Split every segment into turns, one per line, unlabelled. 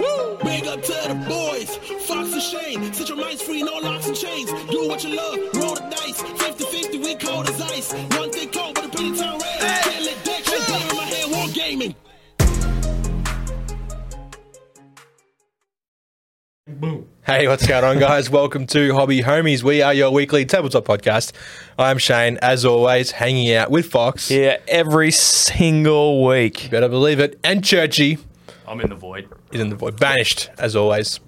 Big up to the boys, Fox and Shane. Set your minds free, no locks and chains. Do what you love, roll the dice. 50 50, we cold as ice. One thing cold, but the penny town red. Can't let that shit get in my head, war gaming.
Boom.
Hey, what's going on, guys? Welcome to Hobby Homies. We are your weekly tabletop podcast. I'm Shane, as always, hanging out with Fox.
Yeah, every single week.
Better believe it. And Churchy
I'm in the void.
is in the void, banished, as always.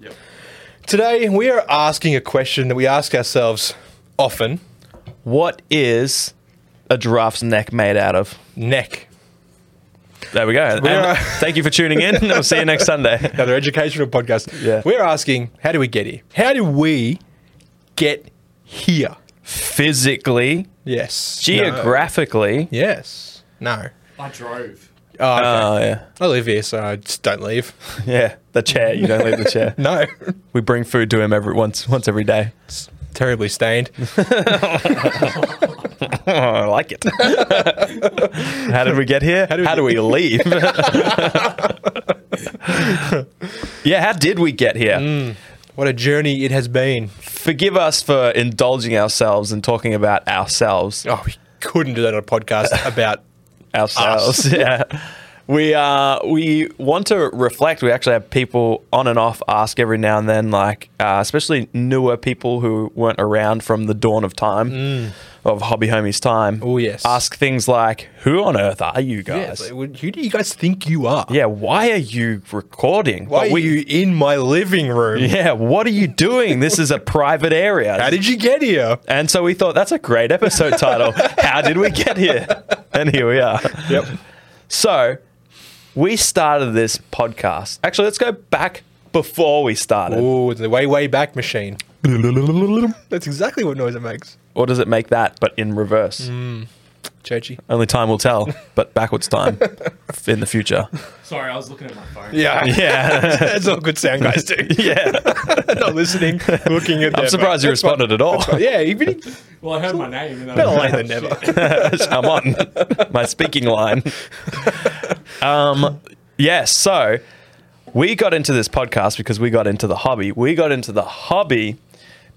Today, we are asking a question that we ask ourselves often
What is a giraffe's neck made out of?
neck.
There we go. And
are-
thank you for tuning in. We'll see you next Sunday.
Another educational podcast.
Yeah.
We're asking, how do we get here? How do we get here?
Physically,
Yes.
geographically.
No. Yes. No.
I drove.
Oh, okay.
Oh, yeah.
I live here, so I just don't leave.
Yeah. The chair. You don't leave the chair.
No.
We bring food to him every once once every day.
It's terribly stained.
Oh, I like it. How did we get here? How do we, leave? yeah, how did we get here?
What a journey it has been.
Forgive us for indulging ourselves and talking about ourselves.
Oh, we couldn't do that on a podcast about.
ourselves. yeah. We uh we want to reflect. We actually have people on and off ask every now and then, like uh, especially newer people who weren't around from the dawn of time, of Hobby Homie's time.
Mm. Oh, yes.
Ask things like, "Who on earth are you
Yeah,
guys?
it's like, who do you guys think you are?
Yeah, why are you recording?
Why
But
are
we-
you in my living room?
Yeah, what are you doing? This is a private area.
How did you get here?
and so we thought that's a great episode title. How did we get here? And here we are.
Yep.
So, we started this podcast. Actually, let's go back before we started.
Oh, the way, way back machine. That's exactly what noise it makes.
Or does it make that, but in reverse?
Churchy.
Only time will tell, but backwards time in the future.
Sorry, I was looking at my phone.
Yeah.
Yeah.
That's all good sound guys do.
yeah.
Not listening, looking at
I'm surprised you responded at all.
Yeah, even
Well, I heard my name. And I
better
was
late
like,
than never.
I'm on my speaking line. Um, yeah, so we got into this podcast because we got into the hobby. We got into the hobby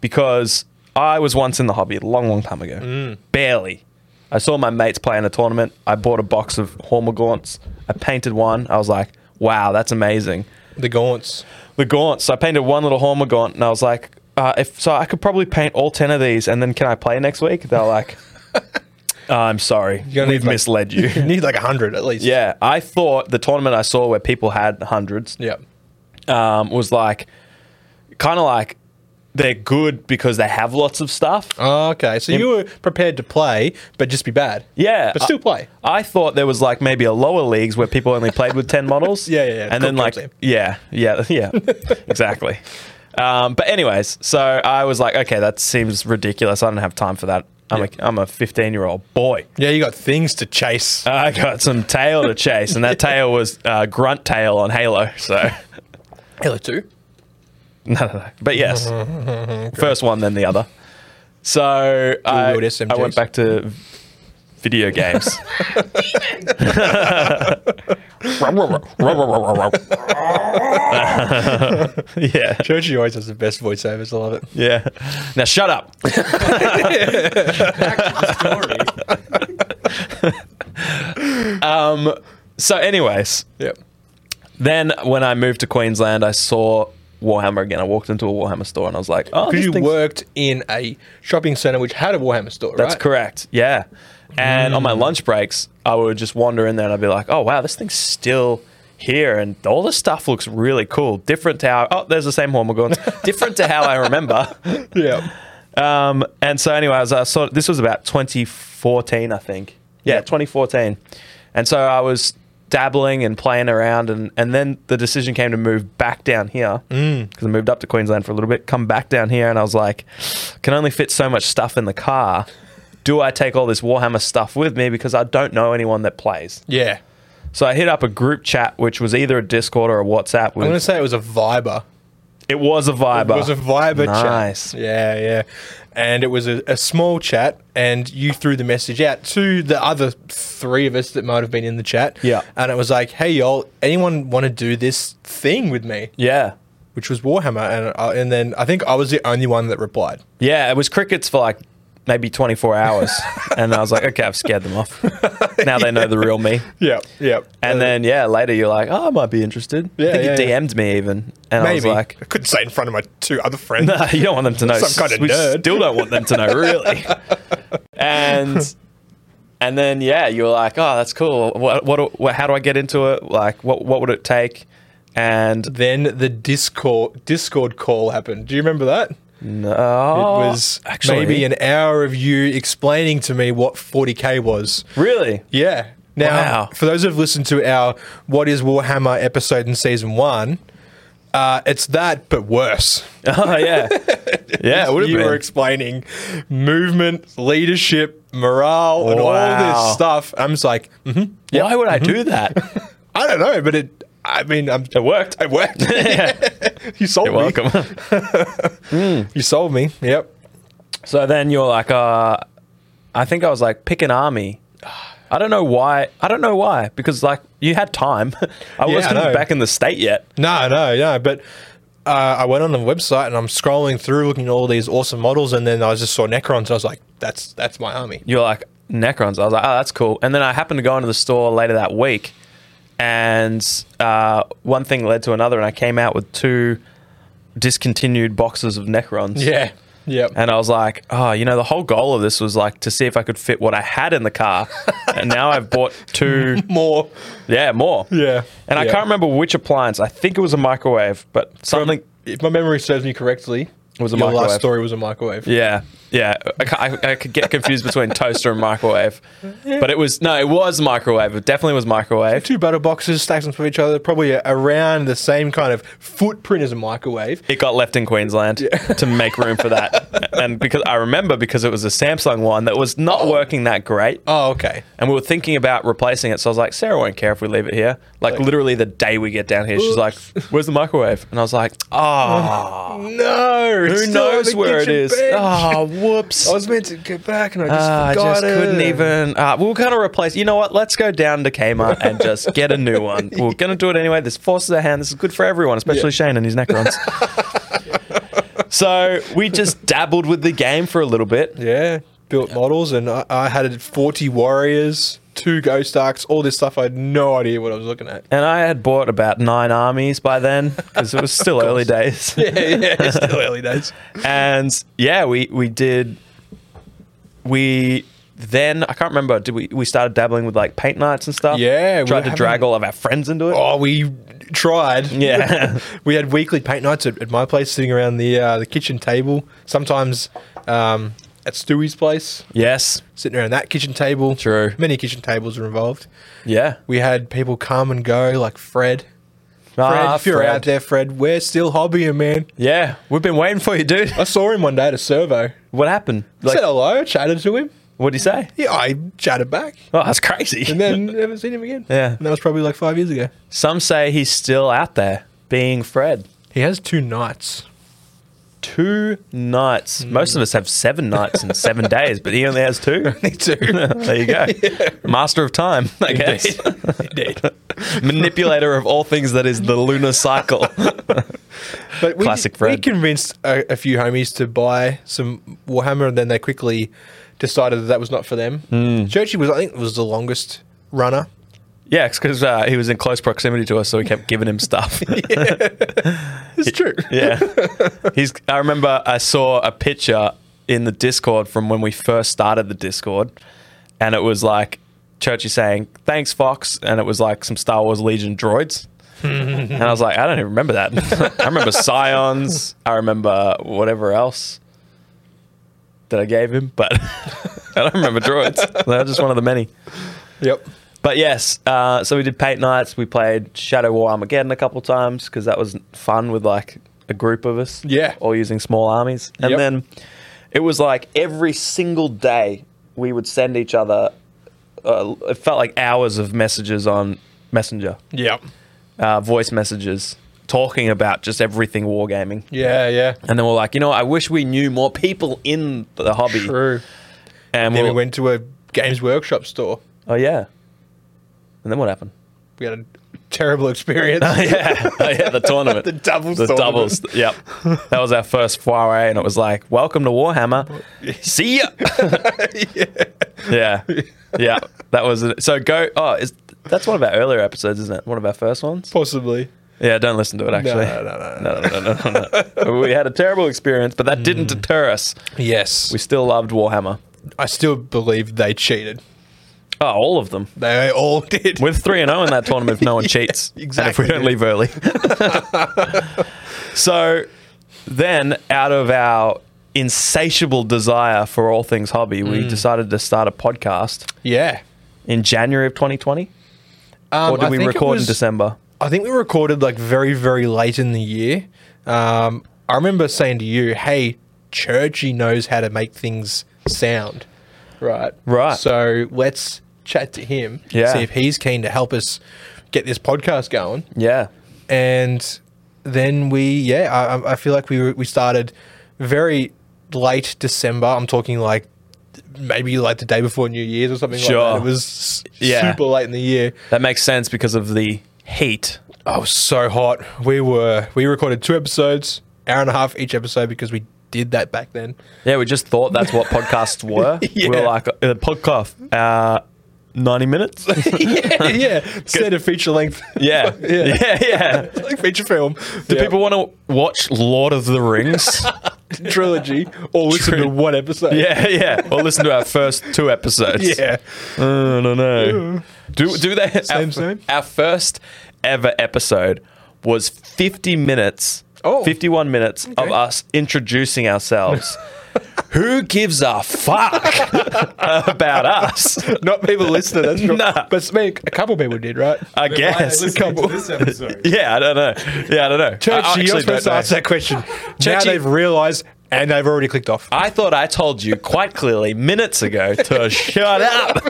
because I was once in the hobby a long, long time ago. Barely. I saw my mates play in a tournament. I bought a box of Hormigaunts. I painted one. I was like, wow, that's amazing
The gaunts.
the gaunts. So I painted one little Horma gaunt, and I was like, uh, if so, I could probably paint all ten of these, and then can I play next week? They're like, "Uh, I'm sorry,
gonna
we've
need, like-
misled you.
You need like a hundred at least.
yeah, I thought the tournament I saw where people had hundreds
Yeah.
um, was like, kind of like they're good because they have lots of stuff.
Oh, okay. So you were prepared to play, but just be bad.
Yeah,
But still
I-
play.
I thought there was like maybe a lower leagues where people only played with ten models.
Yeah, yeah, yeah.
And then
Cool
like
team.
yeah, yeah, yeah, exactly. Um, but anyways, so I was like, okay, that seems ridiculous. I don't have time for that. I'm a I'm a 15 year old boy.
Yeah, you got things to chase.
I got some tail to chase, and that tail was uh, grunt tail on Halo. So
Hello, two.
no, no, no. But yes, first one, then the other. So I,
wield SMGs.
I went back to video games. yeah,
Churchy always has the best voiceovers. I love it.
yeah. Now shut up.
Story.
Um, So, anyways,
Yep.
then when I moved to Queensland, I saw Warhammer again. I walked into a Warhammer store and I was like, "Oh,
Because
this
you
thing's-
worked in a shopping center which had a Warhammer store,
That's
right? Mm.
correct. Yeah. And on my lunch breaks, I would just wander in there and I'd be like, oh, wow, this thing's still here. And all this stuff looks really cool. Different to how, oh, there's the same Hormigons. Different to how I remember.
Yeah.
Um, and so, anyways, I saw this was about 2014, I think. Yeah, 2014. And so I was dabbling and playing around. And, and then the decision came to move back down here
Mm.
because I moved up to Queensland for a little bit, come back down here. And I was like, can only fit so much stuff in the car. Do I take all this Warhammer stuff with me because I don't know anyone that plays?
Yeah.
So I hit up a group chat, which was either a Discord or a WhatsApp.
I'm going to
With,
say it was a Viber.
it was a Viber.
It was a Viber chat.
Nice.
Yeah, yeah. And it was a, a small chat, and you threw the message out to the other three of us that might have been in the chat.
Yeah.
And it was like, hey, y'all, anyone want to do this thing with me?
Yeah.
which was Warhammer, and uh, and then I think I was the only one that replied.
Yeah, it was crickets for like maybe 24 hours. and I was like, okay, I've scared them off. now they know the real me.
Yeah, yeah.
And then, yeah, later you're like, oh, I might be interested.
Yeah,
I think
yeah,
you
yeah.
DM'd me even. And I was
maybe I,
like,
couldn't say in front of my two other friends.
no, you don't want them to know.
Some kind of
we
nerd.
still don't want them to know, really. and and then, yeah, you were like, oh, that's cool. What, what, what, how do I get into it? Like, what, what would it take? And
Then the Discord Discord call happened. Do you remember that?
no,
It
Oh,
was maybe an hour of you explaining to me what 40k was.
really
Yeah. Now,
Wow.
for those who've listened to our "What Is Warhammer" episode in season one, uh, it's that but worse.
oh yeah yeah it would have
you
been
were explaining movement, leadership, morale, and all
Wow.
this stuff. I'm just like, mhm.
why would I do that
I don't know, but it. I mean, I'm,
It worked.
it worked. you sold
You're
me.
welcome.
You sold me. Yep.
so then you're like, uh, I think I was like, pick an army. I don't know why. I don't know why because like you had time. I
Yeah,
wasn't
I know.
back in the state yet.
No, no, no. But uh, I went on the website and I'm scrolling through, looking at all these awesome models, and then I just saw Necrons. I was like, that's that's my army.
You're like Necrons. I was like, oh, that's cool. And then I happened to go into the store later that week, and uh, one thing led to another, and I came out with two discontinued boxes of Necrons.
Yeah. Yep.
And I was like, oh, you know, the whole goal of this was like to see if I could fit what I had in the car. and now I've bought two
More.
Yeah, more.
Yeah.
And I
Yeah.
can't remember which appliance. I think it was a microwave, but something.
If my memory serves me correctly,
was a
your
microwave.
last story was a microwave.
yeah, yeah. I, ca- I, I could get confused between toaster and microwave. But it was, no, it was microwave. It definitely was microwave.
Two battle boxes stacked on top of each other, probably around the same kind of footprint as a microwave.
It got left in Queensland to make room for that. and because I remember because it was a Samsung one that was not working that great.
Oh, okay.
And we were thinking about replacing it. So I was like, Sarah won't care if we leave it here. Like, literally the day we get down here, she's like, Where's the microwave? And I was like, Oh,
No,
who knows where it is? Oh, whoops.
I was meant to go back and Ah. I just
Ah, I
forgot
just
it.
couldn't even. Uh, we are going to replace. You know what? Let's go down to Kmart and just get a new one. We We're going to do it anyway. This forces our hand. This is good for everyone, especially Shane and his Necrons. so we just dabbled with the game for a little bit.
Yeah, built models, and I, I had 40 warriors, two ghost arcs, all this stuff. I had no idea what I was looking at.
And I had bought about nine armies by then because it was still early days.
yeah, it's still early days.
and yeah, we we did. We then I can't remember. Did we we started dabbling with like paint nights and stuff?
Yeah, we
tried
were
to
having-
drag all of our friends into it.
Oh, we tried.
Yeah.
we had weekly paint nights at, at my place, sitting around the uh, the kitchen table. Sometimes um, at Stewie's place,
Yes.
sitting around that kitchen table.
True.
Many kitchen tables are involved.
Yeah.
We had people come and go, like Fred. Fred,
Ah,
if you're
Fred.
out there, Fred, we're still hobbying, man.
Yeah, we've been waiting for you, dude.
I saw him one day at a servo.
What happened? Like,
Said hello, chatted to him.
what'd you say?
Yeah, I chatted back.
Oh, that's crazy.
and then never seen him again.
Yeah.
And that was probably like five years ago.
Some say he's still out there being Fred.
He has two nights.
Two nights. Most of us have seven nights and seven days, but he only has two.
Me too.
There you go. Master of time, I guess.
Indeed.
Manipulator of all things that is the lunar cycle.
But we,
Classic
We
Fred.
convinced a, a few homies to buy some Warhammer, and then they quickly decided that that was not for them.
Hmm.
Churchy was, I think, was the longest runner.
yeah, it's because uh, he was in close proximity to us, so we kept giving him stuff.
It's true.
Yeah. He's I remember I saw a picture in the Discord from when we first started the Discord and it was like Churchy saying, Thanks Fox and it was like some Star Wars Legion droids. and I was like, I don't even remember that. I remember Scions, I remember whatever else that I gave him, but I don't remember droids. They're just one of the many.
Yep.
But yes, uh, so we did paint nights. We played Shadow War Armageddon a couple times because that was fun with like a group of us.
Yeah.
All using small armies. And
Yep.
then it was like every single day we would send each other, uh, it felt like hours of messages on Messenger,
Yep.
uh, voice messages, talking about just everything wargaming.
Yeah, yeah.
And then we're like, you know, I wish we knew more people in the hobby.
True.
And
Then we
we'll,
went to a Games Workshop store.
oh, yeah. And then what happened?
We had a terrible experience.
yeah, Oh, yeah, the tournament.
The doubles
The
tournament.
doubles. Yep. That was our first foray, and it was like, welcome to Warhammer. See ya. yeah. yeah. That was it. So go. Oh, is, that's one of our earlier episodes, isn't it? One of our first ones?
Possibly.
Yeah, don't listen to it, actually.
no, no,
no, no, no, no, no, no. We had a terrible experience, but that didn't
Mm.
deter us.
Yes.
We still loved Warhammer.
I still believe they cheated.
Oh, all of them.
They all did.
We're three and zero in that tournament if no one cheats. And if we
exactly.
don't leave early. so then, out of our insatiable desire for all things hobby,
Mm.
we decided to start a podcast
yeah.
in January of 2020.
Um,
Or did
I
we
think it
record in
was-
December?
I think we recorded like very, very late in the year. Um, I remember saying to you, hey, Churchy knows how to make things sound. Right.
Right.
So let's chat to him.
Yeah.
See if he's keen to help us get this podcast going.
Yeah.
and then we yeah I, I- I feel like we were, we started very late December. I'm talking like maybe like the day before New Year's or something
Sure.
like that. It was s-
Yeah.
super late in the year.
That makes sense because of the heat.
I was so hot. We were we recorded two episodes, hour and a half each episode because we did that back then.
Yeah, we just thought that's what podcasts were. We were
Yeah.
like, uh, podcast, uh, 90 minutes?
yeah, yeah. Instead of feature length,
Yeah.
Yeah.
Yeah. Yeah.
like feature film.
Do
The
people want to watch Lord of the Rings?
trilogy or listen
True.
to one episode?
Yeah, yeah. Or listen to our first two episodes.
yeah.
Uh, I don't know. Do do they?
Same,
our,
same.
Our first ever episode was fifty minutes.
Oh.
51 minutes of us introducing ourselves. Who gives a fuck about us?
Not people listening. That's right.
Nah.
But maybe a couple people did, right?
I
But why are they
guess.
listening to this episode?
Yeah, I don't know. Yeah, I don't know. I
Church,
actually
you're supposed
don't
to
know.
ask Uh, that question. now
Churchy-
they've realised and they've already clicked off.
I thought I told you quite clearly minutes ago to shut up.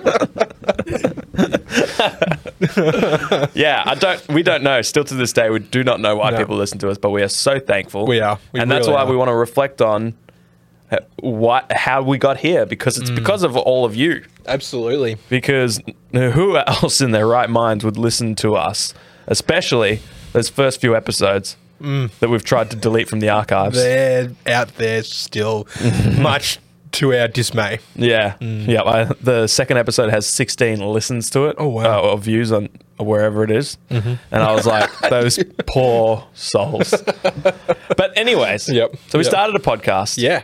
yeah, I don't. We don't know. Still to this day, we do not know why
No.
people listen to us, but we are so thankful.
We are. We
and that's
really
why
are.
we want to reflect on uh, what how we got here because
Mm.
it's because of all of you.
Absolutely.
Because who else in their right minds would listen to us, especially those first few episodes
Mm.
that we've tried to delete from the archives?
They're out there still, much to our dismay.
Yeah,
Mm.
yeah. I, the second episode has 16 listens to it. Oh
wow. Mm-hmm.
or views on wherever it is. And I was like, those poor souls. But anyways,
Yep.
So we
Yep.
started a podcast.
Yeah.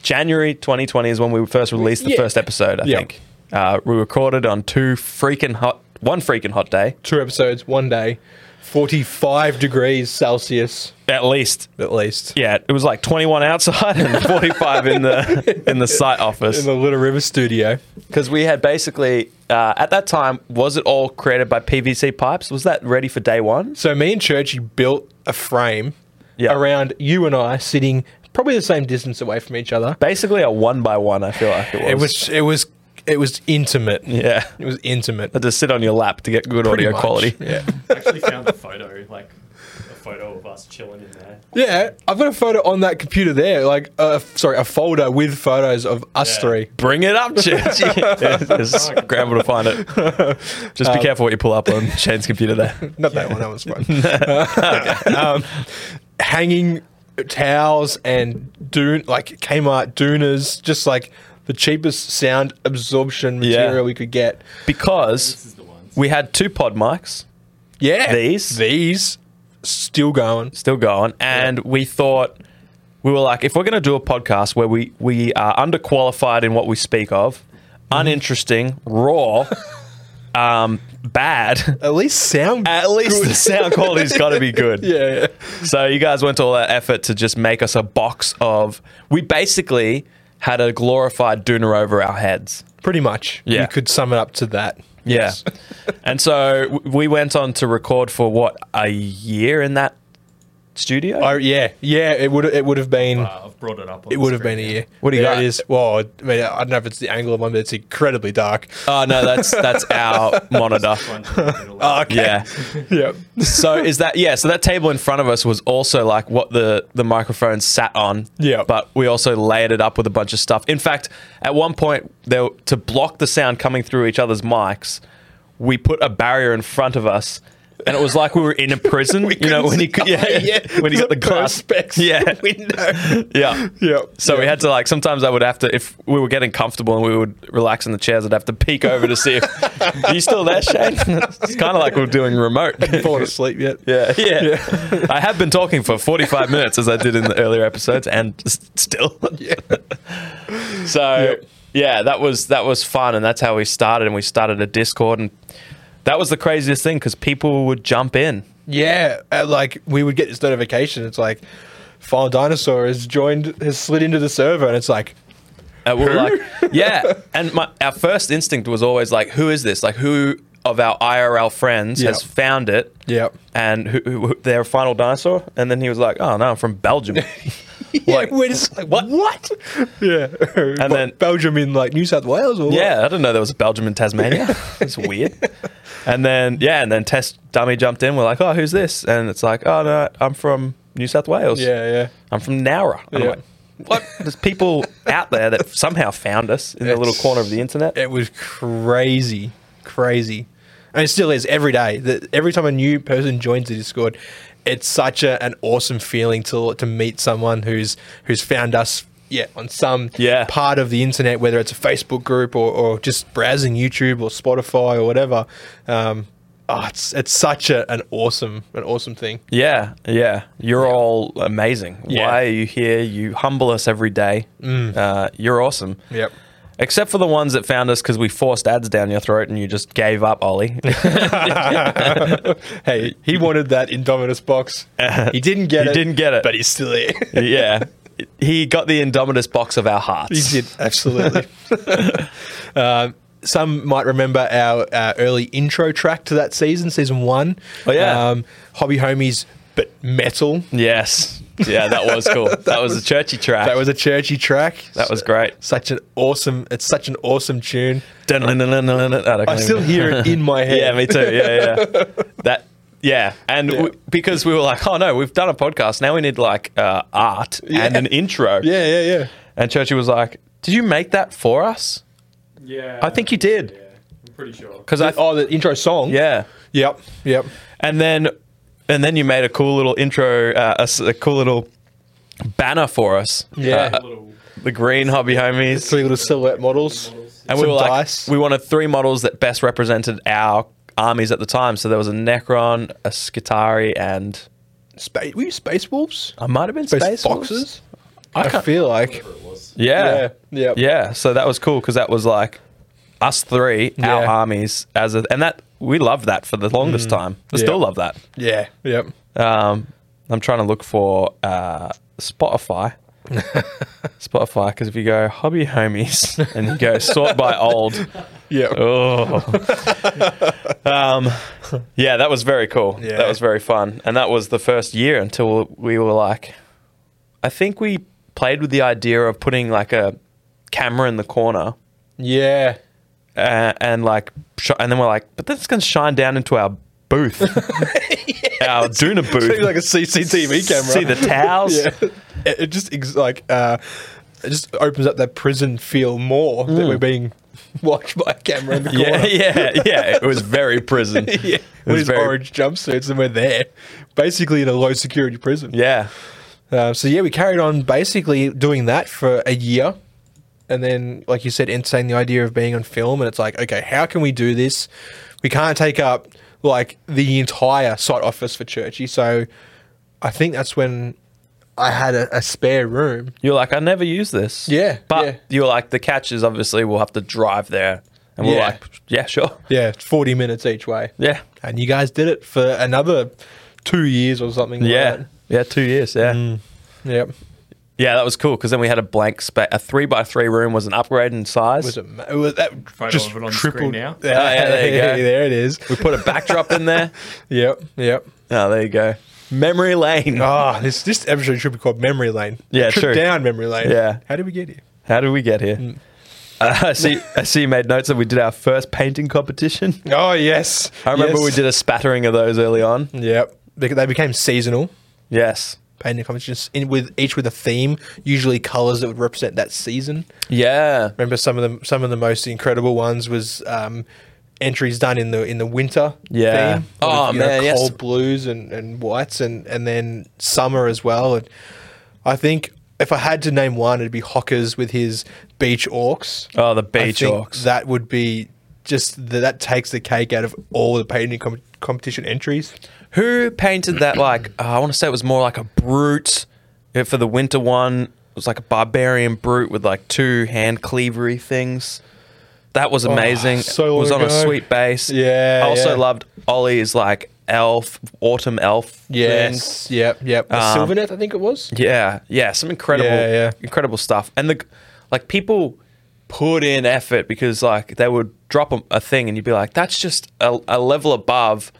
January 2020 is when we first released the
Yeah.
first episode. I
Yep.
think uh, we recorded on two freaking hot, one freaking hot day
Two episodes, one day, 45 degrees Celsius
at least.
at least.
Yeah, it was like 21 outside and 45 in the in the site office.
In the Little River studio.
Because we had basically, uh, at that time, was it all created by PVC pipes? Was that ready for day one?
So me and Churchy built a frame
Yeah.
around you and I sitting probably the same distance away from each other.
Basically, a one by one, I feel like it was.
It was it was it was intimate.
Yeah.
It was intimate.
Had to sit on your lap to get good
Pretty
audio
much.
quality.
Yeah.
I actually found a photo, like a photo of us chilling in there.
Yeah, I've got a photo on that computer there, like, uh, sorry, a folder with photos of us
Yeah.
three.
Bring it up, Church. Scramble to find it. Just
Um,
be careful what you pull up on Shane's computer there.
Not that one, that was fun. um, hanging towels and dune, like Kmart dooners, just like the cheapest sound absorption material
Yeah.
we could get.
This
Because
is the ones.
we had two pod mics
Yeah.
These?
These. Still going.
still going, and we thought. We were like, if we're going to do a podcast where we, we are underqualified in what we speak of, Mm-hmm. uninteresting, raw, um, bad,
At least sound.
at least the sound quality's got to be good.
yeah, yeah.
So you guys went to all that effort to just make us a box of. We basically had a glorified doona over our heads.
Pretty much.
Yeah.
You could sum it up to that.
Yeah. and so w- we went on to record for what a year in that studio.
Oh, yeah. Yeah, it would it would have been.
Uh, I've brought it up. On
It
the
would have
screen
been e- a
now.
year.
What do you
There
got?
It is. Well, I mean, I don't know if it's the angle of one, but it's incredibly dark.
oh no, that's that's our monitor.
One in the middle.
Yeah.
Yep.
So is that yeah? So that table in front of us was also like what the the microphone sat on.
Yeah.
But we also layered it up with a bunch of stuff. In fact, at one point, there to block the sound coming through each other's mics, we put a barrier in front of us and it was like we were in a prison. you know, when he could, yeah, when he got the glass
specs.
Yeah.
window.
Yeah.
Yeah.
So we had to like sometimes I would have to if we were getting comfortable and we would relax in the chairs, I'd have to peek over to see if are you still there, Shane. it's kind of like we're doing remote.
fallen asleep yet?
Yeah, yeah. I have been talking for 45 minutes as I did in the earlier episodes and s- still. Yeah. so, yeah, that was that was fun and that's how we started and we started a Discord and that was the craziest thing cuz people would jump in.
Yeah, uh, like we would get this notification. It's like, Final Dinosaur has joined, has slid into the server, and it's like,
And we were like, yeah. And my, our first instinct was always like, who is this? Like, who of our IRL friends has
Yeah.
found it?
Yep.
And who, who, who- their final dinosaur? And then he was like, oh, no, I'm from Belgium. like,
we're just like,
what? What?
yeah. And
then-
Belgium in like New South Wales, or what?
Yeah, I didn't know there was a Belgium in Tasmania. it's weird. And then yeah, and then test dummy jumped in. We're like, oh, who's this? And it's like, oh no, I'm from New South Wales.
yeah, yeah.
I'm from Nowra. And I'm
Yeah.
like, what? There's people out there that somehow found us in the little
It's-
corner of the internet.
It was crazy, crazy, and it still is every day. The, every time a new person joins the Discord, it's such a, an awesome feeling to to meet someone who's who's found us. Yeah, on some
Yeah.
part of the internet, whether it's a Facebook group or, or just browsing YouTube or Spotify or whatever. Um, oh, it's it's such a, an awesome an awesome thing.
Yeah, yeah. You're all amazing.
Yeah. Mm.
Why are you here? You humble us every day. Uh, you're awesome.
Yep.
Except for the ones that found us because we forced ads down your throat and you just gave up, Ollie.
Hey, he wanted that Indominus box. He didn't get
He
it.
didn't get it.
but he's still here.
yeah. He got the Indominus box of our hearts.
He did, absolutely. um, some might remember our uh, early intro track to that season, season one. Um,
Oh, yeah.
Hobby Homies, but metal.
Yes. Yeah, that was cool. that, was, a churchy track.
That was a churchy track.
That was great.
Such an awesome, it's such an awesome tune.
Dun- dun- dun- dun- dun- dun- don't
I still
even-
hear it in my head.
Yeah, me too. Yeah, yeah. that. Yeah, and
Yeah.
We, because we were like, oh no, we've done a podcast. Now we need like uh, art and
Yeah.
an intro.
Yeah, yeah, yeah.
And Churchy was like, did you make that for us?
Yeah.
I think you did.
Yeah, I'm pretty sure.
Because I.
oh, the intro song.
Yeah.
Yep. Yep.
and then and then you made a cool little intro, uh, a s- a, cool little banner for us.
Yeah.
Uh,
Little
the green hobby homies,
Three little silhouette models.
models.
and we
some
were like,
dice.
we wanted three models that best represented our armies at the time. So there was a Necron, a Skitari, and
Space, were you Space Wolves?
I might have been
Space,
Uh, Space, Wolves.
Foxes? I, feel like.
Whatever it was.
Yeah.
Yeah. Yep.
Yeah. So that was cool because that was like us three, our
Yeah. Mm.
armies as a, and that we loved that for the longest time. I still
Yeah.
love that.
Yeah. Yep.
Um, I'm trying to look for uh, Spotify. Spotify, because if you go hobby homies and you go sort by old,
Yep.
oh, um, yeah, that was very cool.
Yeah.
That was very fun, and that was the first year until we were like, I think we played with the idea of putting like a camera in the corner
Yeah.
uh, and like, sh- and then we're like, but that's gonna shine down into our booth, our Duna booth,
like a CCTV camera.
See the towels.
Yeah. It, it just ex- like uh, it just opens up that prison feel more that we're being watched by a camera in the corner.
Yeah, yeah, yeah. It was very prison.
yeah.
It
With
was
his
very,
orange jumpsuits, and we're there, basically in a low security prison.
Yeah,
Uh, so yeah, we carried on basically doing that for a year, and then, like you said, entertain the idea of being on film. And it's like, okay, how can we do this? We can't take up like the entire site office for Churchy. So I think that's when I had a, a spare room.
you're like I never use this.
Yeah,
but
yeah.
you're like the catch is obviously we'll have to drive there, and we're
Yeah.
like, yeah, sure,
Yeah, forty minutes each way.
yeah,
And you guys did it for another two years or something. like
yeah,
that.
yeah. Two years, yeah,
Mm. Yep.
yeah. That was cool because then we had a blank space. A three by three room was an upgrade in size.
Was it? ma- it was that
Photo
just
of it on screen
tripled
now.
Yeah,
Oh, yeah, there you go.
there it is.
we put a backdrop in there.
Yep. Yep.
Oh, there you go. Memory lane.
Ah, this this episode should be called Memory Lane.
Yeah,
Trip
true.
down memory lane.
Yeah.
How did we get here?
How did we get here?
Mm.
Uh, I see. I see. You made notes that we did our first painting competition.
Oh yes.
I remember
Yes. Mm.
we did a spattering of those early on.
Yep. They, they became seasonal
Yes.
painting competitions in with each with a theme, usually colors that would represent that season.
Yeah.
Remember some of them some of the most incredible ones was um entries done in the in the winter.
Yeah.
Theme,
Oh,
With, you
man, yes.
cold blues and and whites and and then summer as well. And I think if I had to name one, it'd be Hockers with his beach orcs.
Oh, the
I
beach
think
orcs.
That would be just th- that takes the cake out of all the painting com- competition entries.
Who painted that? Like, uh, I want to say it was more like a brute uh, for the winter one. It was like a barbarian brute with like two hand cleavery things. That was amazing.
Oh, so
it was
long
on a
ago.
sweet base.
Yeah,
I also
yeah.
loved Ollie's like elf, autumn elf. things.
Yep. Yep. The
Um,
Sylvaneth, I think it was.
Yeah, yeah, some incredible,
Yeah, yeah.
incredible stuff. And the like, people put in effort because like they would drop a, a thing, and you'd be like, "That's just a, a level above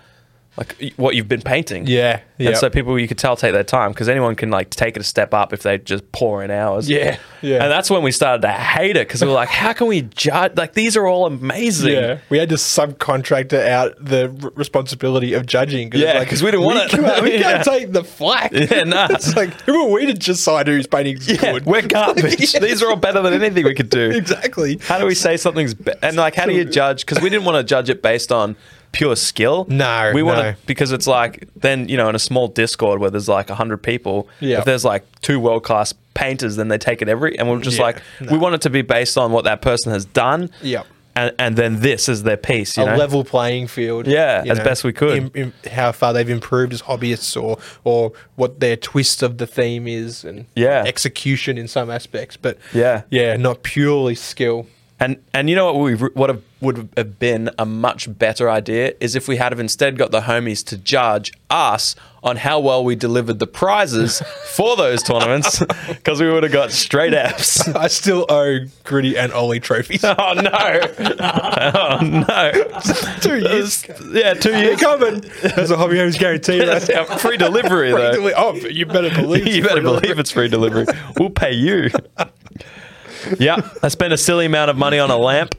like y- what you've been painting."
Yeah,
and
yeah.
so people you could tell take their time because anyone can like take it a step up if they just pour in hours.
Yeah, yeah.
And that's when we started to hate it because we were like, "How can we judge? Like these are all amazing."
Yeah, we had to subcontractor out the r- responsibility of judging. it's
Yeah,
like,
'cause we didn't want it.
Can't, we
Yeah.
can't take the flack.
Yeah, nah.
it's like who are we to decide whose painting's
Yeah,
good?
we're garbage.
Yeah.
These are all better than anything we could do.
exactly.
How do we say something's be- and like how do you judge? Because we didn't want to judge it based on pure skill.
No,
we want
no.
to because it's like then you know in a small Discord where there's like hundred people.
Yeah.
If there's like two world class painters, then they take it every and we're just
Yeah,
like
no.
we want it to be based on what that person has done.
Yeah.
And and then this is their piece. You
A
know?
level playing field.
Yeah,
you
as best we could.
im- im- how far they've improved as hobbyists, or or what their twist of the theme is, and
Yeah.
execution in some aspects, but
Yeah.
yeah, not purely skill.
And and you know what we what have, would have been a much better idea is if we had have instead got the homies to judge us on how well we delivered the prizes for those tournaments because we would have got straight Fs.
I still owe Gritty and Ollie trophies.
Oh no! Oh no!
Two years.
Yeah, two
You're
years.
coming. As a hobby owner's guarantee, right?
Free delivery though.
Oh, you better believe.
you better believe it's free delivery. We'll pay you. yeah, I spent a silly amount of money on a lamp.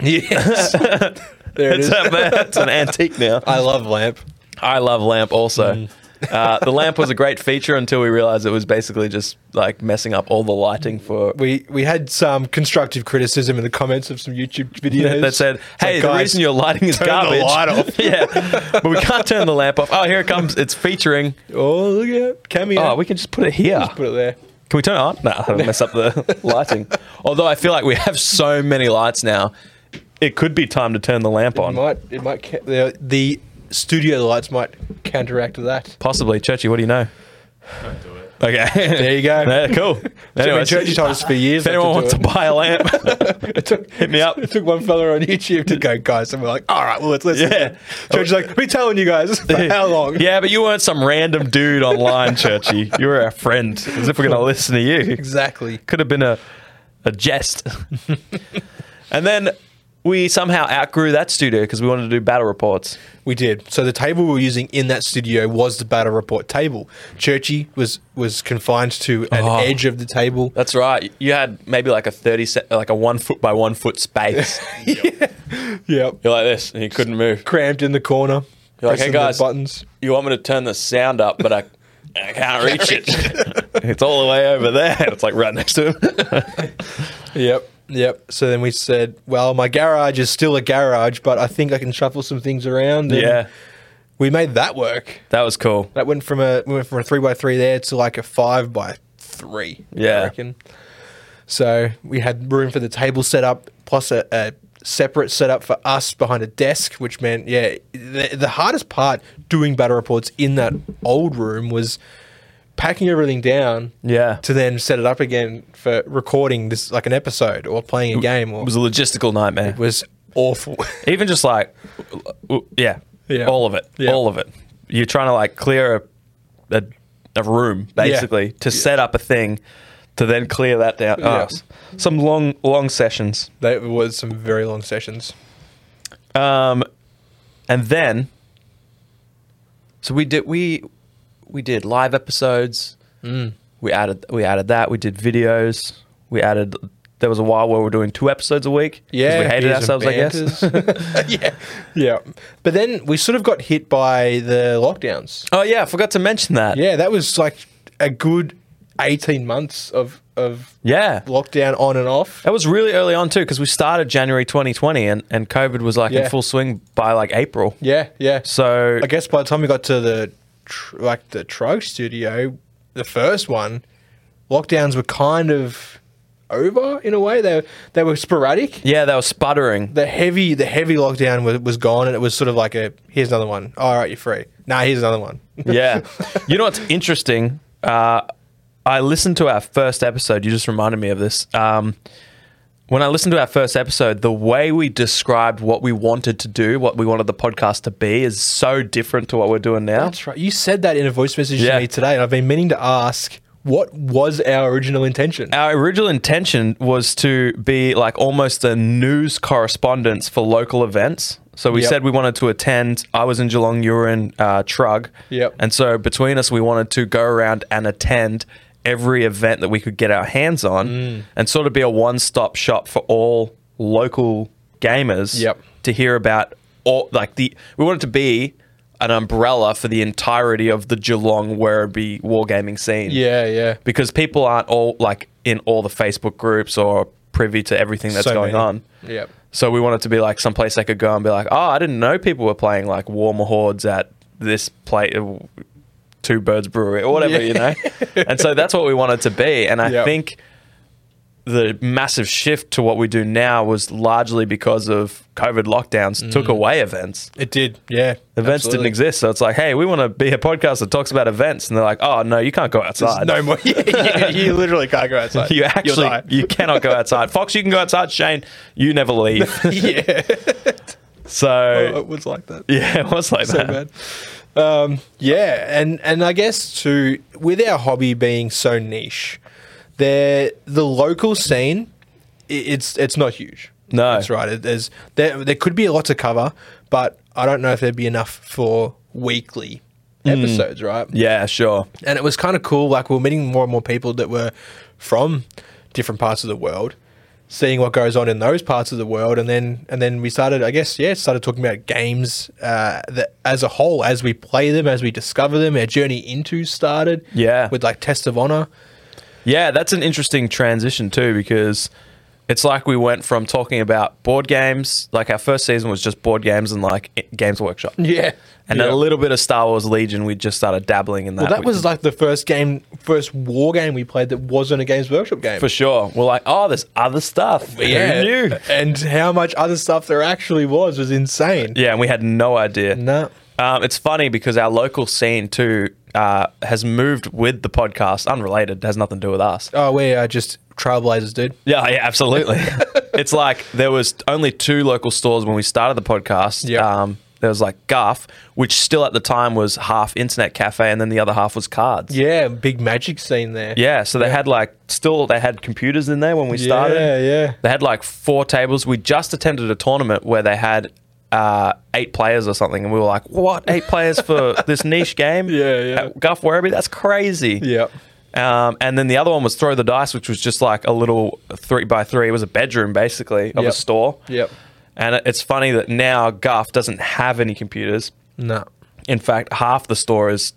Yes. there it
It's,
is.
a, it's an antique now.
I love lamp. Mm.
I love lamp also. Uh, the lamp was a great feature until we realized it was basically just like messing up all the lighting for.
We we had some constructive criticism in the comments of some YouTube videos
that said,
It's like,
"Hey, the
guys,
reason your lighting is
turn the
garbage,
light off."
yeah, but we can't turn the lamp off. Oh, here it comes. It's featuring.
oh look at it. cameo.
Oh, we can just put it here.
put it there.
Can we turn it on? No, I'll mess up the lighting. Although I feel like we have so many lights now, it could be time to turn the lamp
It
on.
might it might ca- the, the studio lights might counteract that.
Possibly, Churchy. What do you know?
Don't do it.
Okay,
There you go.
Yeah, cool.
Anyway,
Anyway,
church
if
told us for years. not
anyone wants
do
to buy a lamp,
it. it took,
hit me up.
It took one fella on YouTube to go, guys, and we're like, all right, well, let's listen.
Yeah.
Church is like, we telling you guys for how long?
Yeah, but you weren't some random dude online, Churchy. You were our friend. As if we're going to listen to you.
Exactly.
Could have been a, a jest. and then we somehow outgrew that studio because we wanted to do battle reports.
We did. So the table we were using in that studio was the battle report table. Churchy was was confined to an
Oh.
edge of the table.
That's right. You had maybe like a thirty, se- like a one foot by one foot space.
Yeah.
You're like this, and you couldn't move.
Cramped in the corner.
You're like, "Hey,
pressing the
guys."
buttons.
You want me to turn the sound up, but I, I can't reach it. it's all the way over there. It's like right next to him.
Yep. Yep. So then we said, well, my garage is still a garage, but I think I can shuffle some things around. And
yeah,
We made that work.
that was cool.
That went from a we went from a three by three there to like a five by three.
Yeah.
I reckon. So we had room for the table setup, plus a, a separate setup for us behind a desk, which meant yeah, the, the hardest part doing battle reports in that old room was packing everything down.
Yeah.
To then set it up again for recording this like an episode or playing a game or
It was a logistical nightmare.
was awful.
even just like w- yeah,
Yeah.
all of it
Yeah.
all of it you're trying to like clear a, a, a room basically to set up a thing to then clear that down
Yeah.
oh, s- some long long sessions
that was some very long sessions.
um and then so we did we we did live episodes we added we added that we did videos we added there was a while where we were doing two episodes a week 'cause
Yeah,
we hated
beers and
ourselves i guess
banters. yeah, yeah. But then we sort of got hit by the lockdowns.
oh yeah i forgot to mention that
Yeah, that was like a good eighteen months of of
Yeah.
lockdown on and off.
That was really early on too, because we started January 2020 and, and COVID was like
Yeah.
in full swing by like April.
Yeah, yeah.
So
I guess by the time we got to the tr- like the Trog studio, the first one, lockdowns were kind of over in a way. They they were sporadic.
yeah, they were sputtering.
The heavy the heavy lockdown was, was gone, and it was sort of like a here's another one. All right, you're free. Nah, here's another one.
yeah. You know what's interesting? Uh, I listened to our first episode. You just reminded me of this. Um, when I listened to our first episode, the way we described what we wanted to do, what we wanted the podcast to be, is so different to what we're doing now.
That's right. You said that in a voice message
Yeah.
to me today, and I've been meaning to ask what was our original intention.
Our original intention was to be like almost a news correspondence for local events. So we
Yep.
said we wanted to attend. I was in Geelong, you were in uh, Trug.
Yep.
And so between us, we wanted to go around and attend every event that we could get our hands on
Mm.
and sort of be a one stop shop for all local gamers
Yep.
to hear about all like the we wanted to be an umbrella for the entirety of the Geelong Werribee wargaming scene
yeah, yeah.
because people aren't all like in all the Facebook groups or privy to everything that's
So
going
many.
on.
Yep.
So we wanted to be like someplace they could go and be like, oh, I didn't know people were playing like Warmer Hordes at this play, Two Birds Brewery or whatever,
Yeah.
you know? and so that's what we wanted to be. And I
Yep.
think the massive shift to what we do now was largely because of COVID lockdowns took away events.
It did. Yeah.
Events didn't
Mm. absolutely.
exist. So it's like, hey, we want to be a podcast that talks about events. And they're like, oh, no, you can't go outside.
No more. you, you literally can't go outside.
You
You'll
actually
die.
you cannot go outside. Fox, you can go outside. Shane, you never leave.
yeah.
So
it was like that.
yeah, it was like
Oh, So
that.
bad. Um, yeah, and and I guess too, with our hobby being so niche, there the local scene, i- it's it's not huge.
No.
that's right. It, there's there there could be a lot to cover, but I don't know if there'd be enough for weekly episodes, right?
Yeah, sure.
and it was kind of cool. Like we were meeting more and more people that were from different parts of the world, seeing what goes on in those parts of the world, and then and then we started, I guess, yeah, started talking about games uh, that as a whole, as we play them, as we discover them, our journey into started,
Yeah.
with like Test of Honor,
Yeah, that's an interesting transition too because it's like we went from talking about board games. Like our first season was just board games and like i- Games Workshop,
yeah,
and a little bit of Star Wars Legion. We just started dabbling in that.
Well, that
We-
was like the first game, first war game we played that wasn't a Games Workshop game.
for sure. We're like, oh, there's other stuff.
yeah,
Who knew?
and how much other stuff there actually was was insane.
Yeah, and we had no idea.
No.
Um, it's funny because our local scene too uh, has moved with the podcast, unrelated, has nothing to do with us.
Oh, we are just trailblazers, dude.
Yeah, yeah, absolutely. it's like there was only two local stores when we started the podcast. Um,
Yeah.
there was like Guff, which still at the time was half internet cafe, and then the other half was cards.
Yeah, big magic scene there.
Yeah, so they had like still they had computers in there when we started.
Yeah, yeah.
They had like four tables. We just attended a tournament where they had uh, eight players or something, and we were like, "What? Eight players for this niche game?
Yeah, yeah.
At Guff Werribee? That's crazy."
Yep.
Um, and then the other one was throw the dice, which was just like a little three by three. It was a bedroom basically of a
Yep.
store.
Yep.
And it- it's funny that now Guff doesn't have any computers.
No.
In fact, half the store is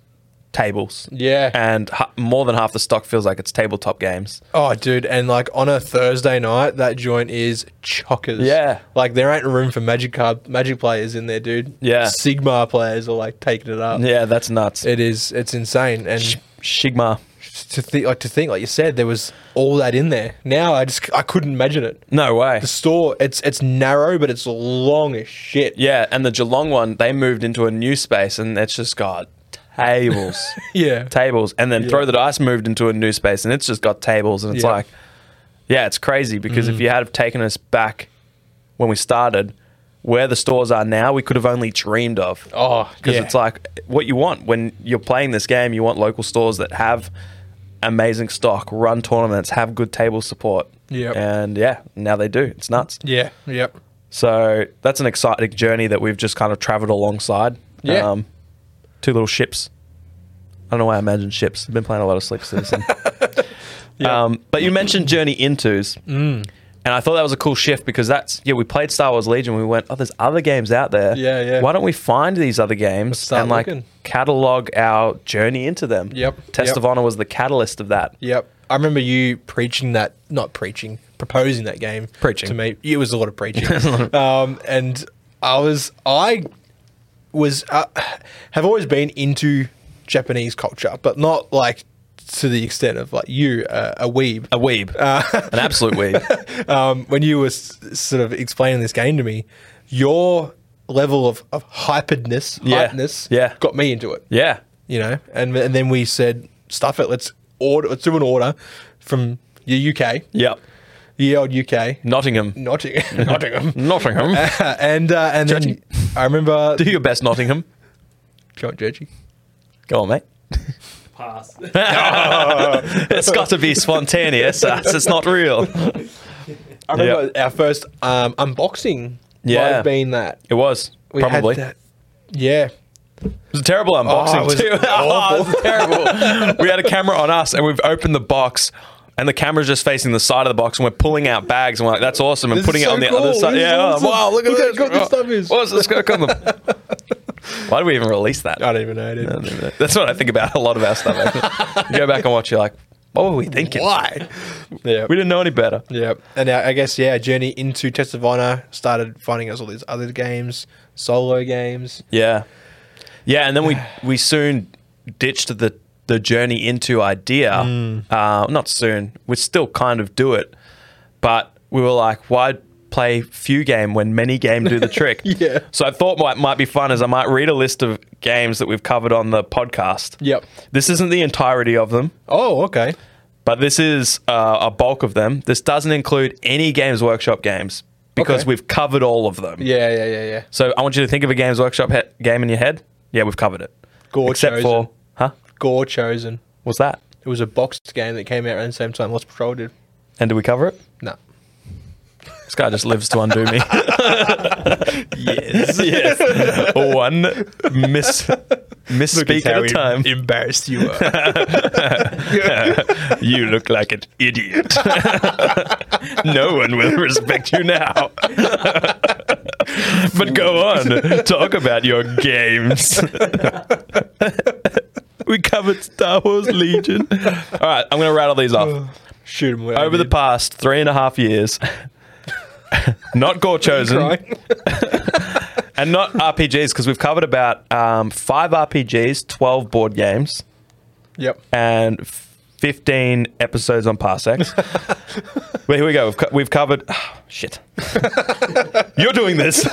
tables.
Yeah.
And ha- more than half the stock feels like it's tabletop games.
Oh, dude, and like on a Thursday night, that joint is chockers.
Yeah.
Like there ain't room for magic card magic players in there, dude.
Yeah.
Sigma players are like taking it up.
Yeah, that's nuts.
It is it's insane. And
Sh- Shigma.
to think like to think, like you said, there was all that in there. Now I just I couldn't imagine it.
No way.
The store, it's it's narrow, but it's long as shit.
Yeah, and the Geelong one, they moved into a new space, and it's just got tables,
Yeah.
tables, and then throw the dice moved into a new space, and it's just got tables, and it's
Yeah. Mm.
like, yeah, it's crazy because if you had have taken us back when we started, where the stores are now, we could have only dreamed of.
Oh,
because
yeah.
it's like what you want when you're playing this game. You want local stores that have amazing stock, run tournaments, have good table support.
Yep.
and yeah, now they do. It's nuts.
Yeah. Yep.
So that's an exciting journey that we've just kind of traveled alongside. Um,
Yeah.
two little ships. I don't know why I imagined ships. I've been playing a lot of Sleep Citizen. um, but you mentioned Journey Intos. Mm. And I thought that was a cool shift because that's, yeah, we played Star Wars Legion. We went, oh, there's other games out there.
Yeah, yeah.
Why don't we find these other games
start
and like
looking.
catalog our journey into them?
Yep,
Test
yep.
of Honor was the catalyst of that.
Yep. I remember you preaching that, not preaching, proposing that game
Preaching.
to me. It was a lot of preaching, um, and I was I was uh, have always been into Japanese culture, but not like to the extent of like you uh, a weeb.
A weeb.
Uh.
An absolute weeb.
Um, when you were s- sort of explaining this game to me, your level of, of hypedness,
Yeah.
hypeness,
Yeah.
got me into it
Yeah.
you know, and and then we said, stuff it, let's order, let's do an order from your UK,
Yep.
the old UK,
Nottingham.
Nottingham, Nottingham,
Nottingham.
and uh, and then
Judgy.
I remember,
Do your best, Nottingham.
Come on, Judgy.
Go on, mate.
Pass.
It's got to be spontaneous. That's, it's not real.
I remember our first um, unboxing.
Yeah.
might have been that
It was
we
probably.
had that. Yeah,
It was a terrible unboxing
Oh, it was
too. Oh, it was terrible. we had a camera on us, and we've opened the box. And the camera's just facing the side of the box, and we're pulling out bags, and we're like, "That's awesome!" and
This is
putting
so
it on the
cool.
other side.
This is
yeah,
awesome.
wow! Look at
Look
this.
how good this stuff is.
What's this going on them? Why did we even release that?
I don't even know. Dude.
That's what I think about a lot of our stuff. actually. you go back and watch, you're like, "What were we thinking?
Why? Yeah,
We didn't know any better."
yeah, and uh, I I guess yeah, our journey into Test of Honor started finding us all these other games, solo games.
Yeah, yeah, and then we we soon ditched the the journey into idea.
Mm.
Uh, not soon. We still kind of do it, but we were like, why play few game when many game do the trick?
Yeah.
So I thought what might be fun is I might read a list of games that we've covered on the podcast.
Yep.
This isn't the entirety of them.
Oh, okay.
But this is uh, a bulk of them. This doesn't include any Games Workshop games because
Okay.
we've covered all of them.
Yeah, yeah, yeah, yeah.
So I want you to think of a Games Workshop he- game in your head. Yeah, we've covered it.
Gore
Except
chosen.
for, huh?
Gore chosen.
What's that?
It was a boxed game that came out around the same time Lost Patrol did.
And do we cover it?
No.
This guy just lives to undo me. yes, yes. One miss misspeak at a time.
Embarrassed you were.
you look like an idiot. no one will respect you now. but go on, talk about your games. we covered Star Wars Legion. All right, I'm going to rattle these
Oh.
off.
Shoot him
Over the past three and a half years, not Gore Chosen
Crying.
and not RPGs, because we've covered about um, five RPGs, 12 board games
Yep.
and f- 15 episodes on Parsecs. well, here we go. We've, co- we've covered. ah, shit. You're doing this.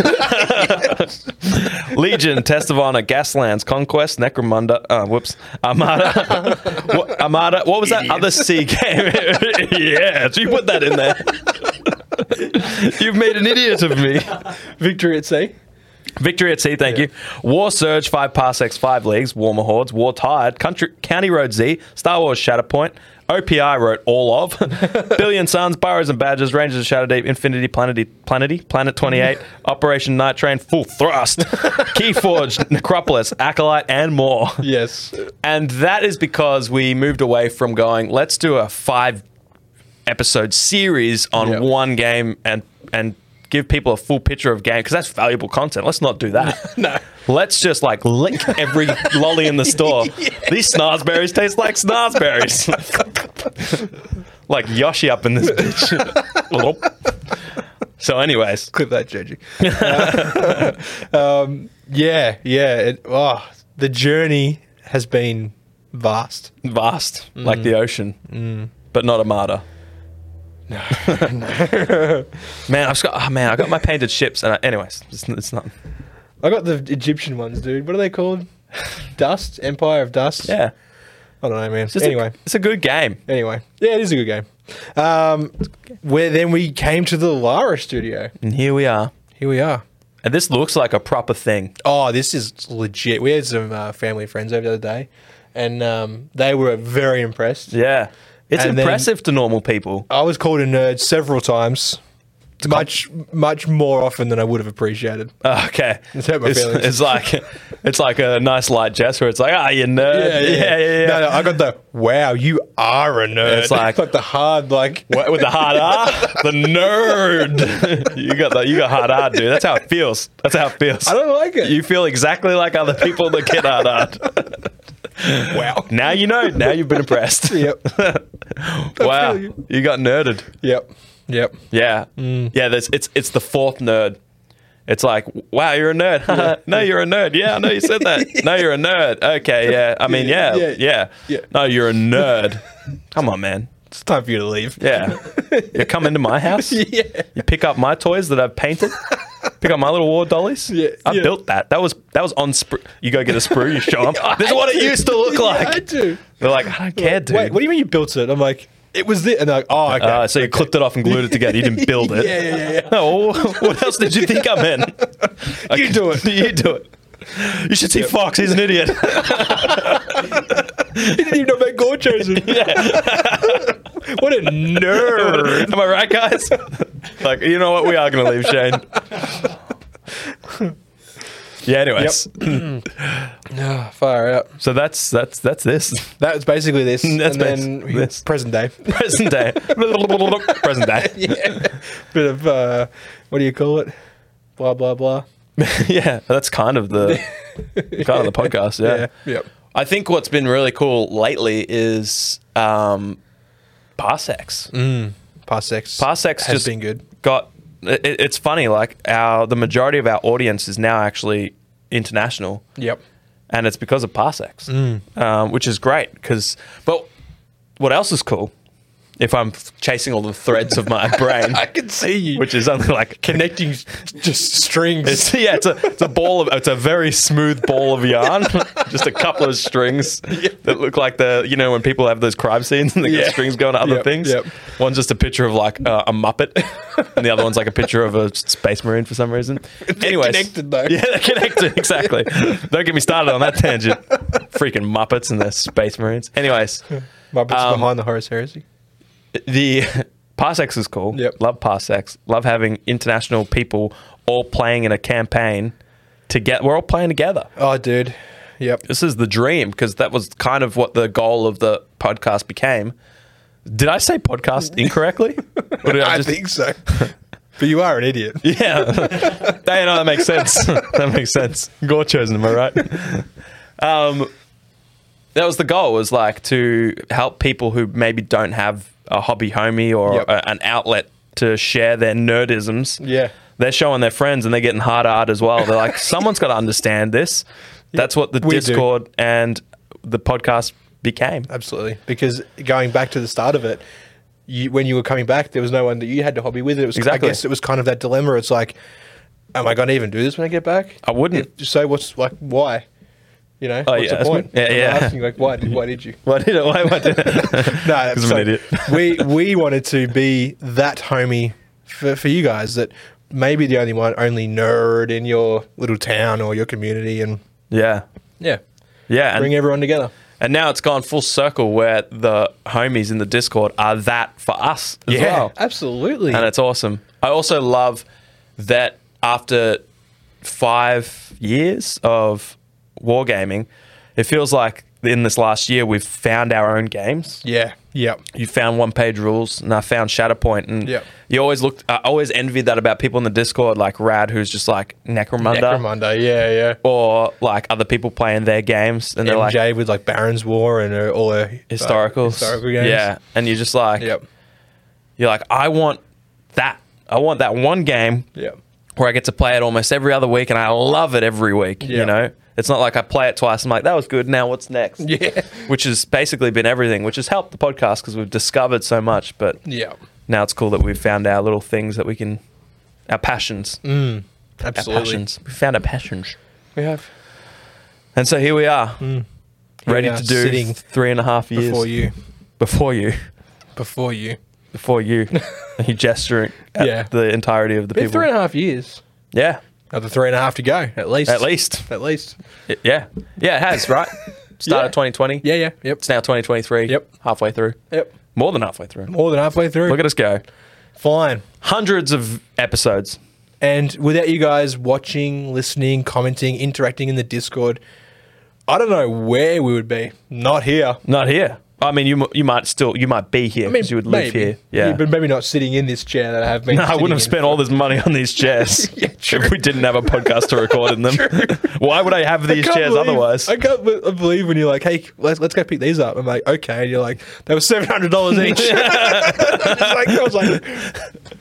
Legion, Test of Honor, Gaslands, Conquest, Necromunda. Uh, whoops. Armada. what, Armada. What was that other sea game? yeah, so you put that in there. You've made an idiot of me.
Victory at sea.
Victory at Sea, thank you. War Surge, five parsecs, five leagues, Warmer Hordes, War Tired, Country, County Road Z, Star Wars Shatterpoint, OPI wrote all of, Billion Suns, Burrows and Badgers, Rangers of Shadow Deep, Infinity Planety, Planety, Planet 28, Operation Night Train, Full Thrust, Keyforge, Necropolis, Acolyte, and more.
Yes.
And that is because we moved away from going, let's do a five episode series on
Yeah.
one game and and give people a full picture of game because that's valuable content. Let's not do that. no. Let's just like lick every lolly in the store. These snarsberries taste like snarsberries. like Yoshi up in this bitch. so anyways,
Clip that, Judgy. um, yeah, yeah. It, oh, the journey has been vast.
vast like the ocean, but not a martyr. No, man, I've just got oh man, I got my painted ships, and I, anyways, it's, it's not.
I got the Egyptian ones, dude. What are they called? Dust? Empire of Dust?
Yeah,
I don't know, man.
just a-
anyway.
it's a good game.
Anyway, yeah, it is a good game. Um, where then we came to the Lara studio.
And here we are.
Here we are.
And this looks like a proper thing.
Oh, this is legit. We had some uh, family friends over the other day, and um, they were very impressed.
Yeah. It's
And then-
impressive to normal people.
I was called a nerd several times, much much more often than I would have appreciated.
Oh, okay.
It's hurt my feelings.
it's like it's like a nice light gesture. It's like, ah, you nerd. Yeah, yeah, yeah.
No, no, I got the wow. You are a nerd.
It's like-
the hard like.
What, with the hard R, the nerd. you got that. You got hard R, dude. That's how it feels. That's how it feels.
I don't like it.
You feel exactly like other people that get hard R.
Wow.
Now you know. Now you've been impressed.
Yep.
wow.
feel you. Mm.
You got nerded.
Yep. Yep.
Yeah. Yeah, there's, it's it's the fourth nerd. It's like, wow, you're a nerd. no, you're a nerd. Yeah, I know you said that. no, you're a nerd. Okay, yeah. I mean, yeah,
Yeah.
yeah.
Yeah.
No, you're a nerd. Come on, man.
It's time for you to leave.
Yeah. You come into my house.
Yeah.
You pick up my toys that I've painted. Pick up my little war dollies.
Yeah,
I
yeah.
built that. That was that was on. Spr- you go get a sprue. You show them. this is what it used to look like.
I do.
They're like, I don't care, dude.
Wait, what do you mean you built it? I'm like, it was this. And they're like, oh, okay.
Uh, so you clipped it off and glued it together. You didn't build it.
Yeah, yeah, yeah, yeah.
No, what else did you think I meant? you do it. You do it. You should see Fox. He's an idiot.
he didn't even know about gore chosen. what a nerd.
Am I right, guys? like, you know what? We are going to leave, Shane. yeah. Anyways,
Ah, far out.
so that's that's that's this
That was basically this.
That's
and then
basi- this.
present day.
present day. present day.
Bit of, uh, what do you call it? Blah, blah, blah.
yeah, that's kind of the kind of the podcast. Yeah.
Yep.
I think what's been really cool lately is um, parsecs.
Parsecs.
Parsecs
has
just
been good.
Got it, it's funny. Like our the majority of our audience is now actually international,
Yep.
and it's because of parsecs,
Mm.
um, which is great. Because but what else is cool? If I'm chasing all the threads of my brain,
I can see you.
which is only like
connecting s- just strings.
It's, yeah, it's a it's a ball of it's a very smooth ball of yarn, just a couple of strings that look like the you know when people have those crime scenes and the
Yeah.
strings go to other
Yep,
things.
yep.
One's just a picture of like uh, a Muppet, and the other one's like a picture of a space marine for some reason. Anyways,
connected, though.
Yeah, they're connected exactly. Don't get me started on that tangent. Freaking Muppets and their space marines. Anyways,
My bit's
Um,
behind the Horus Heresy.
the parsecs is cool.
Yep.
Love parsecs. Love having international people all playing in a campaign to get. We're all playing together.
Oh, dude. Yep.
This is the dream because that was kind of what the goal of the podcast became. Did I say podcast incorrectly? Or did
I think so. but you are an idiot.
Yeah. yeah, no, that makes sense. that makes sense. Gore chosen, am I right? Um, that was the goal was like to help people who maybe don't have a hobby homie or
Yep.
a- an outlet to share their nerdisms.
Yeah.
They're showing their friends and they're getting hard art as well. They're like, someone's got to understand this. That's what the
We do.
Discord and the podcast became.
Absolutely. Because going back to the start of it, you, when you were coming back, there was no one that you had to hobby with. It was
Exactly.
I guess it was kind of that dilemma. It's like, am I going to even do this when I get back?
I wouldn't.
If so what's like why? You know,
Oh,
what's
yeah,
the
that's
point?
me. Yeah,
I'm
yeah.
asking, like, why did why did you?
Why did it? Why, why did it?
No,
'Cause I'm an idiot.
we we wanted to be that homie for, for you guys that maybe the only one only nerd in your little town or your community and
yeah.
yeah,
Yeah. and-
bring everyone together.
And now it's gone full circle where the homies in the Discord are that for us as well.
absolutely.
And it's awesome. I also love that after five years of wargaming, it feels like in this last year we've found our own games.
yeah, yep,
You found one page rules, and I found Shatterpoint, and
Yep.
you always looked. I always envied that about people in the Discord, like Rad, who's just like Necromunda,
Necromunda, yeah, yeah.
or like other people playing their games, and they're like,
MJ with like Baron's War and her, all her uh,
historicals.
historical games.
Yeah. And you're just like,
yep,
you're like, I want that. I want that one game
yep.
where I get to play it almost every other week and I love it every week.
Yeah.
You know, it's not like I play it twice. I'm like, that was good. Now what's next?
Yeah.
Which has basically been everything, which has helped the podcast because we've discovered so much. But
Yeah,
now it's cool that we've found our little things that we can, our passions. Our
Mm, absolutely. Mm.
passions. We found our passions.
We have
And so here we are, ready
Mm. we are,
to do
sitting
three and a half years
before you,
Before you.
before you.
before you. you gesturing at
Yeah.
the entirety of the
Been
people.
three and a half years.
yeah,
Another three and a half to go, at least.
at least.
At least.
Y- Yeah, yeah, it has right. Start
Yeah.
of 2020.
Yeah, yeah. Yep.
it's now 2023.
Yep.
halfway through.
Yep.
More than halfway through.
More than halfway through.
Look at us go.
Fine.
Hundreds of episodes.
And without you guys watching, listening, commenting, interacting in the Discord, I don't know where we would be. Not here.
Not here. I mean, you m- you might still you might be here because you would live
maybe.
here. Yeah.
but maybe not sitting in this chair that I have been.
No, I wouldn't have
sitting in.
spent all this money on these chairs
Yeah, true.
if we didn't have a podcast to record in them. Why would I have these
I can't
chairs
believe-
otherwise?
I can't be- I believe when you're like, hey, let's, let's go pick these up. I'm like, okay. And you're like, they were seven hundred dollars each. It's like, I was like,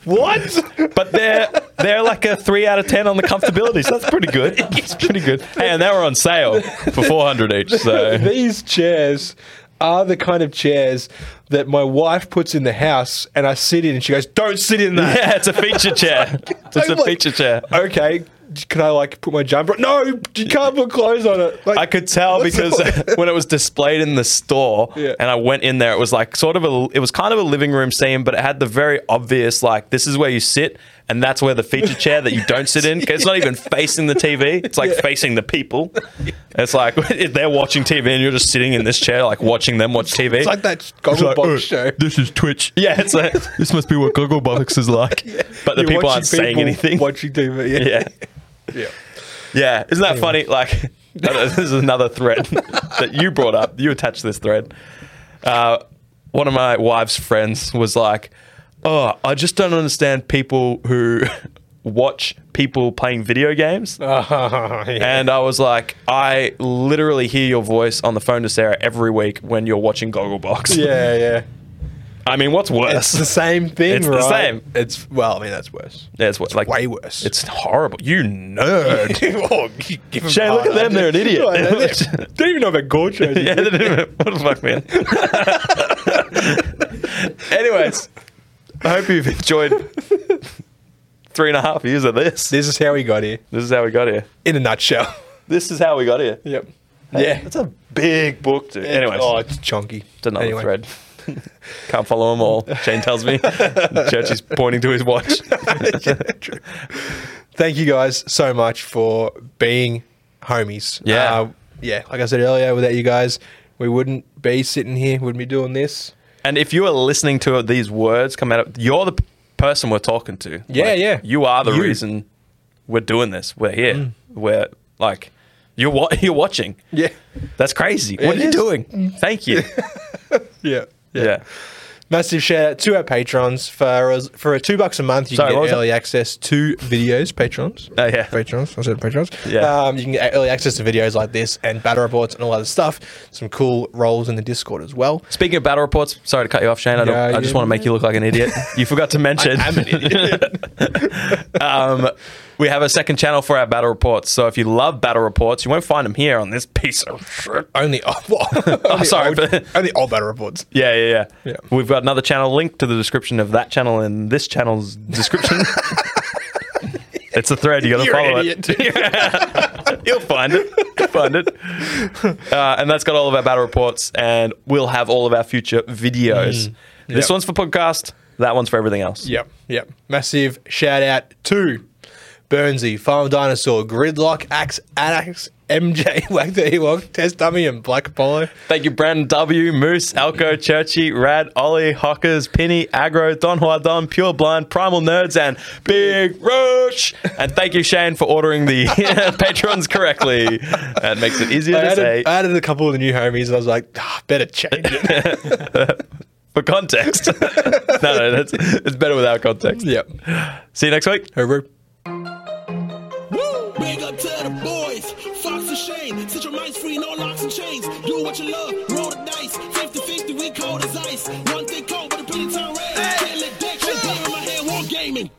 what?
But they're they're like a three out of ten on the comfortability, so that's pretty good. It's pretty good. Hey, and they were on sale for four hundred each. So
These chairs are the kind of chairs that my wife puts in the house, and I sit in, and she goes, don't sit in that.
yeah, it's a feature chair. It's a
I'm like,
feature chair.
Okay. Can I like put my jumper? on?" No, you can't put clothes on it. Like,
I could tell
what's
because
the point?
when it was displayed in the store
Yeah.
and I went in there, it was like sort of a, it was kind of a living room scene, but it had the very obvious, like, this is where you sit and that's where the feature chair that you don't sit in, 'cause it's not even facing the TV, it's like facing the people. It's like if they're watching TV and you're just sitting in this chair, like watching them watch TV.
it's like that goggle box show.
"Uh, This is Twitch. Yeah, it's like, this must be what Gogglebox is like. But the
You're
people
watching
aren't saying
people
anything.
Watching TV. Yeah.
Yeah.
yeah.
Yeah, isn't that funny? Like, I don't know, this is another thread that you brought up. You attached this thread. Uh, one of my wife's friends was like, "Oh, I just don't understand people who watch people playing video games."
Oh,
And I was like, "I literally hear your voice on the phone to Sarah every week when you're watching Gogglebox."
Yeah, yeah.
I mean, what's
It's
worse?
the same thing,
It's the
right?
same.
It's well, I mean that's worse.
yeah, it's, what- like
way worse.
It's horrible. You nerd.
oh, you give 'em
Shane, look
hard
at them, they're an idiot.
Like, they're- don't even know about gorgeous.
yeah, they didn't even- what the fuck, man. Anyways, I hope you've enjoyed three and a half years of this.
This is how we got here,
This is how we got here.
in a nutshell.
This is how we got here.
Yep.
Yeah, that's a big book, dude. Anyways,
oh, it's chunky.
it's another
Anyway.
thread. Can't follow them all. Shane tells me. Church is pointing to his watch.
Thank you guys so much for being homies. Uh,
Yeah.
yeah. Like I said earlier, without you guys, we wouldn't be sitting here. Wouldn't be doing this.
And if you are listening to these words come out, of, you're the p- person we're talking to.
Yeah,
Like,
yeah.
You are the
You. Mm.
reason we're doing this. We're here. We're like, you're wa- you're watching.
Yeah.
That's crazy. what
It
are you
is.
doing? Thank you.
Yeah.
yeah.
Massive shout out to our patrons for us for two bucks a month. You
Sorry,
can
what
get
was
early access to videos. Patrons,
Oh, yeah.
patrons. I said patrons.
Yeah.
um, you can get early access to videos like this and battle reports and all other stuff. Some cool roles in the Discord as well.
Speaking of battle reports, sorry to cut you off, Shane. I, don't,
Yeah,
I just
you-
want to make you look like an idiot. You forgot to mention.
I'm an
um, we have a second channel for our battle reports. So if you love battle reports, you won't find them here on this piece of shit.
Only, oh, well, only
sorry,
old-
but-
only old battle reports.
Yeah, yeah, yeah,
Yeah.
We've got another channel link to the description of that channel in this channel's description. it's a thread. You got to
You're an
follow it. You'll find it. You'll find it. Uh, and that's got all of our battle reports, and we'll have all of our future videos. This
Mm. Yeah.
one's for podcast. That one's for everything else.
Yep, yep. Massive shout out to Burnsy, Farm Dinosaur, Gridlock, Axe, Anax, MJ, Wag the Ewok, Test Dummy, and Black Apollo.
Thank you, Brandon W, Moose, Alco, Churchy, Rad, Ollie, Hockers, Penny, Agro, Don Juan Don, Pure Blind, Primal Nerds, and Big Roach. And thank you, Shane, for ordering the patrons correctly. That makes it easier
I
to
added,
say.
I added a couple of the new homies, and I was like, "Ah, better change it.
For context, no, no, that's, it's better without context.
yep.
See you next week.
Hooroo.
Woo! Big up to the boys, Fox and Shane. Set your minds free, no locks and chains. Do what you love, roll the dice. 50 50, we cold as ice. One thing cold, but a penny turn red. Can't let that go down. My hand, war gaming.